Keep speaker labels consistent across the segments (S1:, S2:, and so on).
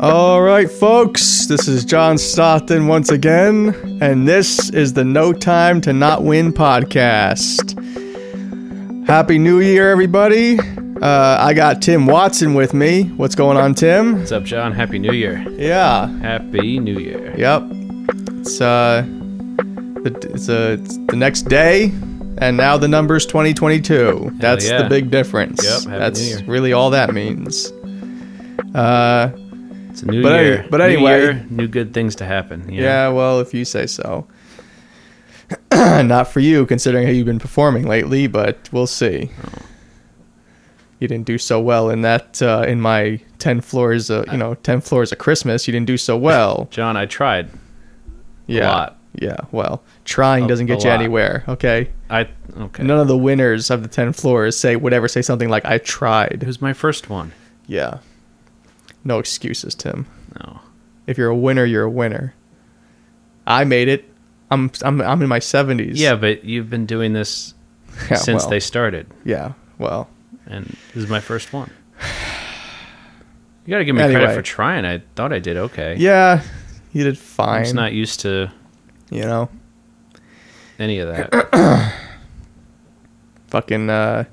S1: All right, folks, this is John Stockton once again, and this is the No Time to Not Win podcast. Happy New Year, everybody. Uh, I got Tim Watson with me. What's going on, Tim?
S2: What's up, John? Happy New Year.
S1: Yeah,
S2: Happy New Year.
S1: yep. It's uh, the, it's, uh, it's the next day, and now the number's 2022. That's
S2: yeah.
S1: the big difference.
S2: Yep, Happy New
S1: That's
S2: Year.
S1: really all that means. Uh,
S2: It's a new
S1: But any-
S2: year.
S1: but
S2: New
S1: anyway-
S2: year, new good things to happen. you know?
S1: Yeah, well, if you say so. Not for you, considering how you've been performing lately, but we'll see.
S2: Oh.
S1: You didn't do so well in that uh, in my ten floors, uh, you know, ten floors of Christmas. You didn't do so well.
S2: John, I tried.
S1: Yeah,
S2: lot.
S1: yeah. Well, trying
S2: A-
S1: doesn't
S2: a
S1: get you
S2: lot.
S1: anywhere. Okay?
S2: I okay.
S1: none of the winners of the ten floors say would ever say something like "I
S2: It
S1: tried."
S2: was my first one.
S1: Yeah, no excuses, Tim.
S2: No.
S1: If you're a winner, you're a winner. I made it. I'm I'm I'm in my seventies.
S2: Yeah, but you've been doing this
S1: Yeah,
S2: since
S1: well,
S2: they started,
S1: Yeah. Well.
S2: and this is my first one. You gotta give me
S1: Anyway.
S2: credit for trying. I thought I did okay.
S1: Yeah, you did
S2: I'm
S1: fine.
S2: just not used to
S1: you know,
S2: any of that.
S1: fucking uh,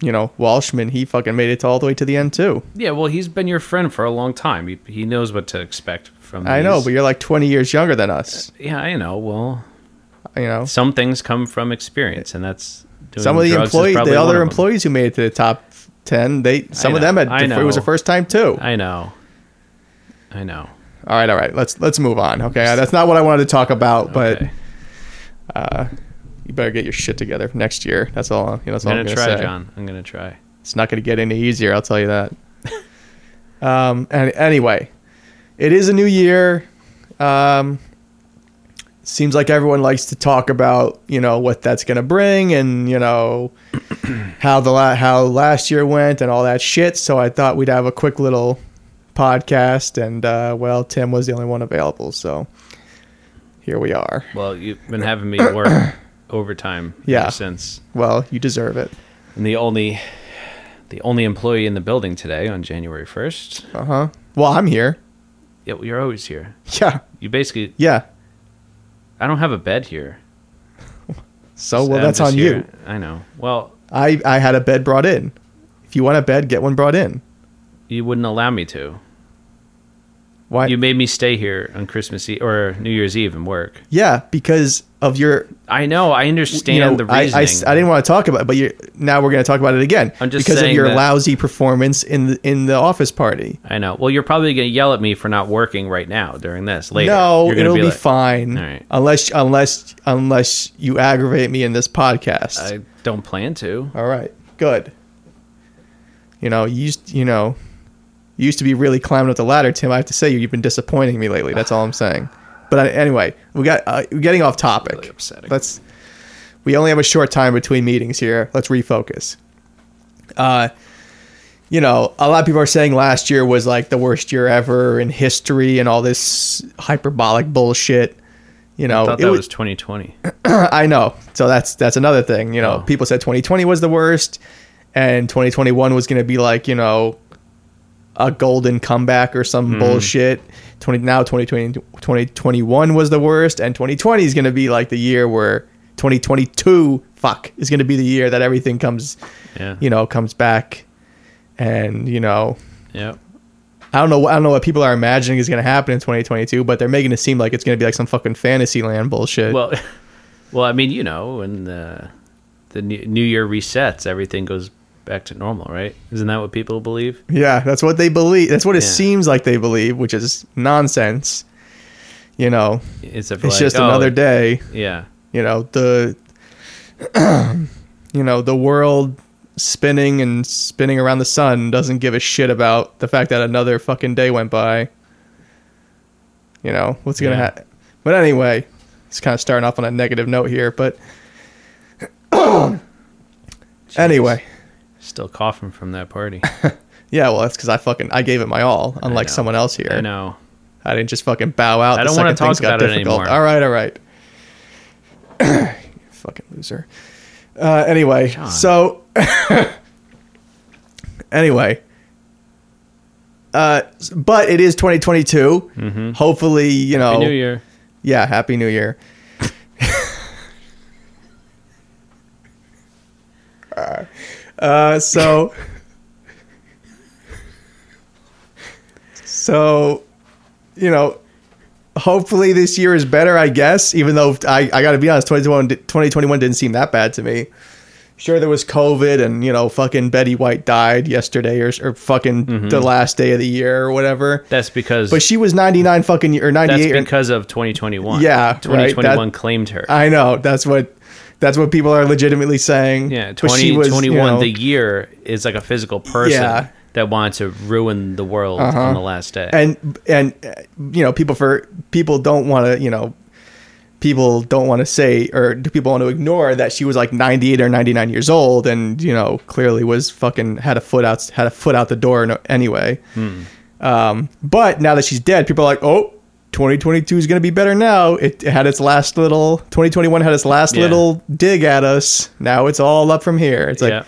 S1: you know Walshman. He fucking made it all the way to the end too.
S2: yeah, well, he's been your friend for a long time. He, he knows what to expect from.
S1: I know,
S2: these.
S1: but you're like 20 years younger than us.
S2: yeah, I know. Well,
S1: You know,
S2: some things come from experience, and that's doing
S1: some of the
S2: drugs is
S1: employees,
S2: probably
S1: the
S2: one
S1: other
S2: of 'em.
S1: employees who made it to the top 10, they some of
S2: know,
S1: them had
S2: I
S1: it was
S2: know.
S1: the first time too.
S2: I know, I know.
S1: all right, all right, let's let's move on. Okay, that's not what I wanted to talk about,
S2: Okay.
S1: but uh, you better get your shit together for next year. That's all. You know, that's all
S2: I'm gonna,
S1: I'm gonna
S2: try,
S1: say.
S2: John. I'm gonna try.
S1: It's not going to get any easier, I'll tell you that. um, and anyway, it is a new year. Um, seems like everyone likes to talk about you know what that's going to bring and you know how the la- how last year went and all that shit. So I thought we'd have a quick little podcast, and uh, well, Tim was the only one available, so here we are.
S2: Well, you've been having me work overtime
S1: Yeah.
S2: ever since,
S1: Well, you deserve it.
S2: and the only, the only employee in the building today on January first.
S1: Uh huh. Well, I'm here.
S2: Yeah, well, you're always here.
S1: Yeah.
S2: You basically,
S1: Yeah.
S2: I don't have a bed here.
S1: So Oh, well,
S2: I'm
S1: that's
S2: just
S1: on you.
S2: here. I know. Well,
S1: I, I had a bed brought in. If you want a bed, get one brought in.
S2: you wouldn't allow me to.
S1: Why?
S2: You made me stay here on Christmas Eve or New Year's Eve and work.
S1: yeah, because of your.
S2: I know. I understand
S1: You know,
S2: the
S1: I, I,
S2: reasoning.
S1: I didn't want to talk about it, but you now we're going to talk about it again.
S2: I'm just
S1: because of
S2: saying
S1: your
S2: that-
S1: lousy performance in the, in the office party.
S2: I know. Well, you're probably gonna yell at me for not working right now during this later.
S1: No,
S2: You're gonna
S1: it'll be,
S2: like,
S1: fine.
S2: All right.
S1: Unless unless unless you aggravate me in this podcast.
S2: I don't plan to.
S1: All right. Good. You know, you used you know, you used to be really climbing up the ladder, Tim. I have to say you've been disappointing me lately. That's all I'm saying. But I, anyway, we got uh, we're getting off topic.
S2: Really upsetting.
S1: Let's. We only have a short time between meetings here. Let's refocus. Uh, you know, a lot of people are saying last year was like the worst year ever in history, and all this hyperbolic bullshit. You know,
S2: I thought
S1: it
S2: that
S1: wa-
S2: was 2020.
S1: I know. So that's that's another thing. You know,
S2: Oh.
S1: people said 2020 was the worst, and 2021 was going to be like you know a golden comeback or some bullshit. 20 now 2020 2021 was the worst, and 2020 is going to be like the year where 2022 fuck is going to be the year that everything comes
S2: Yeah.
S1: you know comes back, and you know
S2: Yep.
S1: I don't know. I don't know what people are imagining is going to happen in 2022, but they're making it seem like it's going to be like some fucking fantasy land bullshit.
S2: Well, well, I mean, you know, when the the new new year resets, everything goes back to normal, right? Isn't that what people believe?
S1: Yeah, that's what they believe. That's what it
S2: Yeah.
S1: seems like they believe, which is nonsense. You know,
S2: It's, a,
S1: it's
S2: like,
S1: just
S2: oh,
S1: another day.
S2: Yeah.
S1: You know the, you know the world spinning and spinning around the sun doesn't give a shit about the fact that another fucking day went by. You know what's gonna
S2: Yeah.
S1: happen. But anyway, it's kind of starting off on a negative note here. But anyway,
S2: Still coughing from that party.
S1: yeah, well, that's because I fucking I gave it my all, unlike
S2: know.
S1: someone else here.
S2: I know.
S1: I didn't just fucking bow out.
S2: I
S1: The
S2: don't wanna
S1: second things
S2: talk
S1: got
S2: about it
S1: difficult.
S2: anymore.
S1: All right, all right. fucking loser. Uh, anyway, so anyway, Uh, s- but it is 2022. Hopefully, you know.
S2: Mm-hmm. New Year.
S1: Yeah, happy New Year. uh, so, so, you know, hopefully this year is better, I guess, even though I, I got to be honest, 2021, di- 2021 didn't seem that bad to me. Sure, there was COVID and, you know, fucking Betty White died yesterday or, or fucking the last day of the year or whatever.
S2: That's because
S1: But she was 99 fucking or 98.
S2: that's
S1: or-
S2: because of 2021.
S1: Yeah, right,
S2: 2021
S1: that-
S2: claimed her.
S1: I know that's what that's what people are legitimately saying.
S2: yeah,
S1: But she
S2: 2021
S1: was, you know,
S2: the year is like a physical person
S1: Yeah. Uh-huh.
S2: that wanted to ruin the world on the last day.
S1: and and uh, you know people for people don't want to you know people don't want to say or do people want to ignore that she was like 98 or 99 years old and you know clearly was fucking had a foot out had a foot out the door no- anyway.
S2: Hmm.
S1: Um, but now that she's dead, people are like, oh. 2022 is going to be better now. It, it had its last little 2021 had its last
S2: Yeah.
S1: little dig at us. Now it's all up from here. It's like
S2: yeah.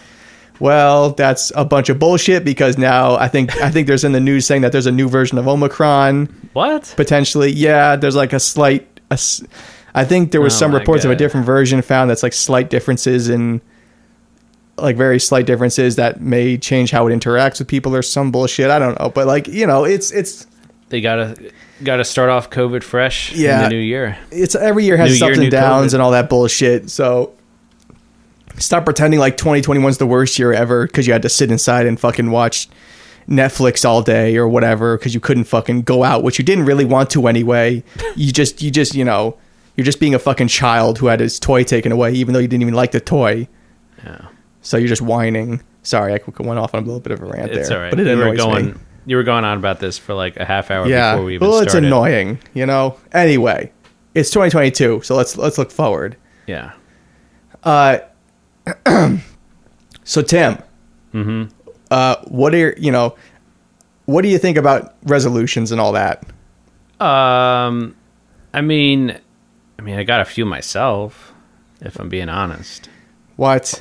S1: well, that's a bunch of bullshit because now I think I think there's in the news saying that there's a new version of Omicron
S2: What?
S1: potentially. Yeah, there's like a slight. a s- I think there was
S2: Oh
S1: some
S2: my
S1: reports of a
S2: God.
S1: different version found that's like slight differences in, like very slight differences that may change how it interacts with people or some bullshit. I don't know, but like you know, it's it's
S2: They gotta gotta start off COVID fresh in
S1: Yeah.
S2: the new year.
S1: it's every year has
S2: New
S1: its
S2: year,
S1: ups
S2: new
S1: and downs
S2: COVID.
S1: and all that bullshit. So stop pretending like 2021's the worst year ever because you had to sit inside and fucking watch Netflix all day or whatever because you couldn't fucking go out, which you didn't really want to anyway. You just, you just, you know, you're just being a fucking child who had his toy taken away, even though you didn't even like the toy.
S2: Yeah.
S1: So you're just whining. Sorry, I went off on a little bit of a rant
S2: It's
S1: there,
S2: all right.
S1: but it
S2: you were
S1: annoys
S2: going
S1: me.
S2: you were going on about this for like a half hour
S1: Yeah,
S2: before we even
S1: well,
S2: started.
S1: it's annoying, you know. Anyway, it's 2022, so let's let's look forward.
S2: Yeah.
S1: Uh, so Tim,
S2: Mm-hmm.
S1: uh, what are you know? What do you think about resolutions and all that?
S2: Um, I mean, I mean, I got a few myself, if I'm being honest.
S1: What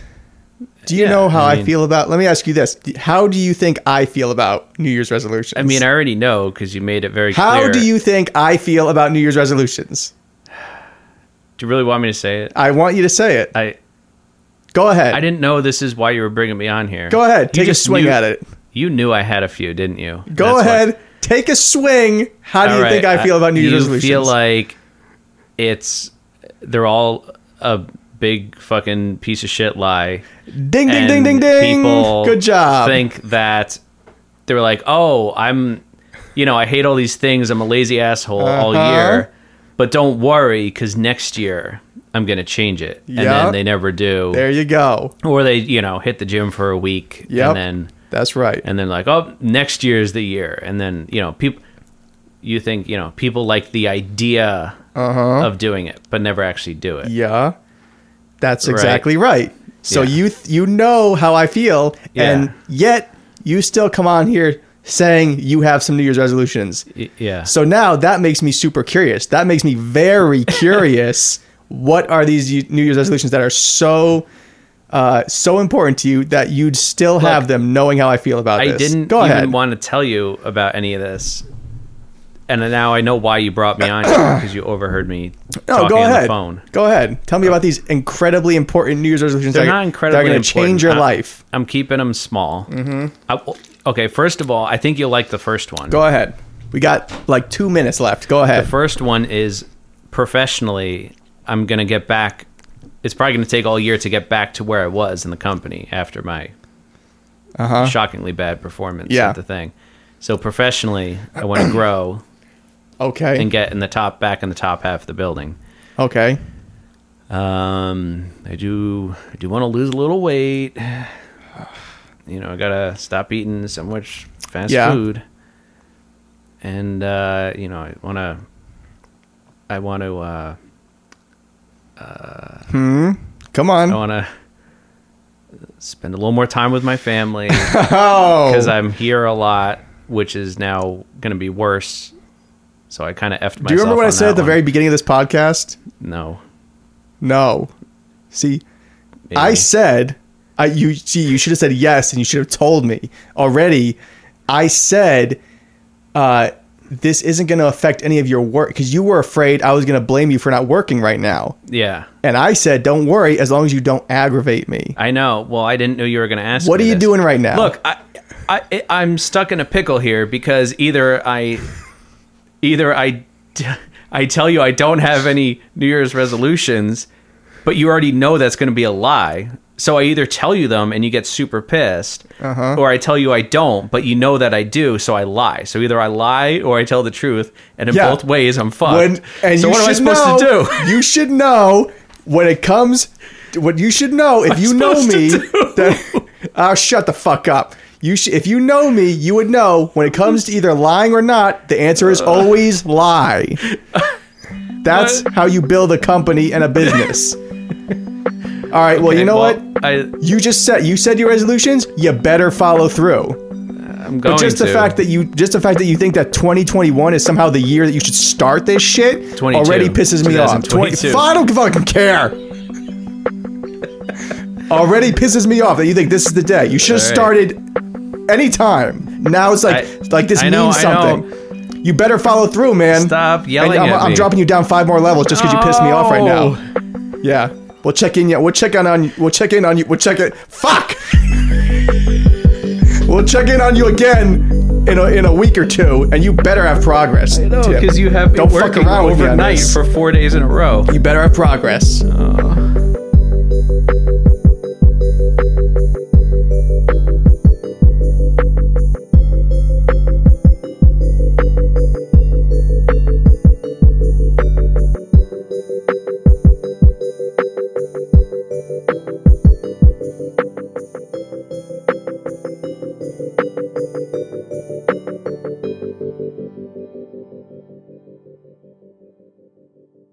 S1: do you
S2: Yeah,
S1: know how
S2: I
S1: I,
S2: mean-
S1: feel about? Let me ask you this: How do you think I feel about New Year's resolutions?
S2: I mean, I already know because you made it very
S1: how
S2: clear.
S1: do you think I feel about New Year's resolutions?
S2: Do you really want me to say it?
S1: I want you to say it.
S2: I
S1: Go ahead.
S2: I didn't know this is why you were bringing me on here.
S1: Go ahead.
S2: You
S1: Take a
S2: just
S1: swing
S2: knew-
S1: at it.
S2: You knew I had a few, didn't you?
S1: Go
S2: That's why-
S1: ahead. Take a swing. How do
S2: All
S1: you
S2: right,
S1: think I feel about New Year's
S2: you
S1: resolutions?
S2: feel like it's they're all a big fucking piece of shit lie.
S1: ding, ding, ding, ding,
S2: and
S1: ding.
S2: People
S1: Good job.
S2: Think that they were like, oh, I'm, you know, I hate all these things. I'm a lazy asshole all
S1: Uh-huh.
S2: year, but don't worry because next year I'm gonna change it. And
S1: Yeah.
S2: then they never do,
S1: there you go.
S2: or they, you know, hit the gym for a week
S1: Yep.
S2: and then
S1: That's right.
S2: and then like, oh, next year's the year, and then you know, people. You think you know people like the idea
S1: Uh-huh.
S2: of doing it, but never actually do it.
S1: Yeah, that's
S2: Right.
S1: exactly right. So
S2: Yeah.
S1: you th- you know how I feel,
S2: Yeah.
S1: and yet you still come on here saying you have some New Year's resolutions.
S2: Y- Yeah.
S1: So now that makes me super curious. That makes me very curious. What are these y- New Year's resolutions that are so uh, so important to you that you'd still have them, knowing how I feel about
S2: I
S1: this?
S2: didn't
S1: Go
S2: even
S1: ahead.
S2: want to tell you about any of this. And now I know why you brought me on here because you overheard me
S1: no,
S2: talking
S1: go
S2: on
S1: ahead.
S2: the phone.
S1: Go ahead. Tell me about these incredibly important New Year's resolutions.
S2: They're
S1: that,
S2: not incredibly
S1: That are going to
S2: important.
S1: change your
S2: I'm-
S1: life.
S2: I'm keeping them small. Mm-hmm. I, okay, first of all, I think you'll like the first one.
S1: Go ahead. We got like two minutes left. Go ahead.
S2: The first one is professionally, I'm going to get back. It's probably going to take all year to get back to where I was in the company after my shockingly bad performance
S1: Uh-huh. Yeah.
S2: at the thing. So professionally, I want to grow
S1: okay.
S2: and get in the top back in the top half of the building.
S1: okay.
S2: Um, I do I do want to lose a little weight. You know, I gotta stop eating so much fast
S1: Yeah.
S2: food, and uh, you know, I wanna, I want to, uh,
S1: Come on.
S2: I want to spend a little more time with my family because
S1: Oh,
S2: I'm here a lot, which is now gonna be worse. So I kind of effed myself.
S1: do you remember what I
S2: on
S1: said at
S2: that
S1: the
S2: one.
S1: very beginning of this podcast?
S2: no?
S1: No. See,
S2: maybe.
S1: I said, I you see, you should have said yes, and you should have told me already. I said uh, this isn't going to affect any of your work because you were afraid I was going to blame you for not working right now.
S2: Yeah.
S1: And I said, don't worry, as long as you don't aggravate me.
S2: I know. Well, I didn't know you were going to ask.
S1: What
S2: me
S1: are you
S2: this.
S1: doing right now?
S2: Look, I, I, I'm stuck in a pickle here because either I, either I, I tell you I don't have any New Year's resolutions, but you already know that's going to be a lie. So I either tell you them and you get super pissed,
S1: Uh-huh.
S2: or I tell you I don't, but you know that I do, so I lie. So either I lie or I tell the truth, and in
S1: Yeah.
S2: both ways I'm fucked.
S1: When- and
S2: so
S1: you
S2: what am I
S1: should
S2: supposed
S1: know-
S2: to do?
S1: you should know when it comes. What you should know if you know
S2: supposed to
S1: me,
S2: do?
S1: that oh shut the fuck up. You sh- if you know me, you would know when it comes to either lying or not. The answer
S2: Uh.
S1: is always lie. That's
S2: What?
S1: how you build a company and a business. All right. well, you know what?
S2: I,
S1: You just said you said your resolutions. You better follow through.
S2: I'm going
S1: Just
S2: to.
S1: the fact that you just the fact that you think that 2021 is somehow the year that you should start this shit
S2: 22.
S1: already pisses me off.
S2: 2022.
S1: Fuck, I don't fucking care. already pisses me off that you think this is the day. You should have
S2: All right.
S1: started any time. Now it's like
S2: I-
S1: like this
S2: I
S1: means
S2: know, I know.
S1: something. You better follow through, man.
S2: Stop
S1: And
S2: yelling
S1: I'm,
S2: at
S1: I'm
S2: me.
S1: dropping you down five more levels just because you pissed me off right
S2: No.
S1: now.
S2: Oh.
S1: Yeah. We'll check in. Yeah, we'll check on on. We'll check in on you. We'll check it. Fuck. We'll check in on you again in a, in a week or two, and you better have progress.
S2: No,
S1: Tim.
S2: because you have been
S1: Don't fuck
S2: working
S1: around with me on
S2: overnight
S1: this.
S2: for four days in a row.
S1: You better have progress.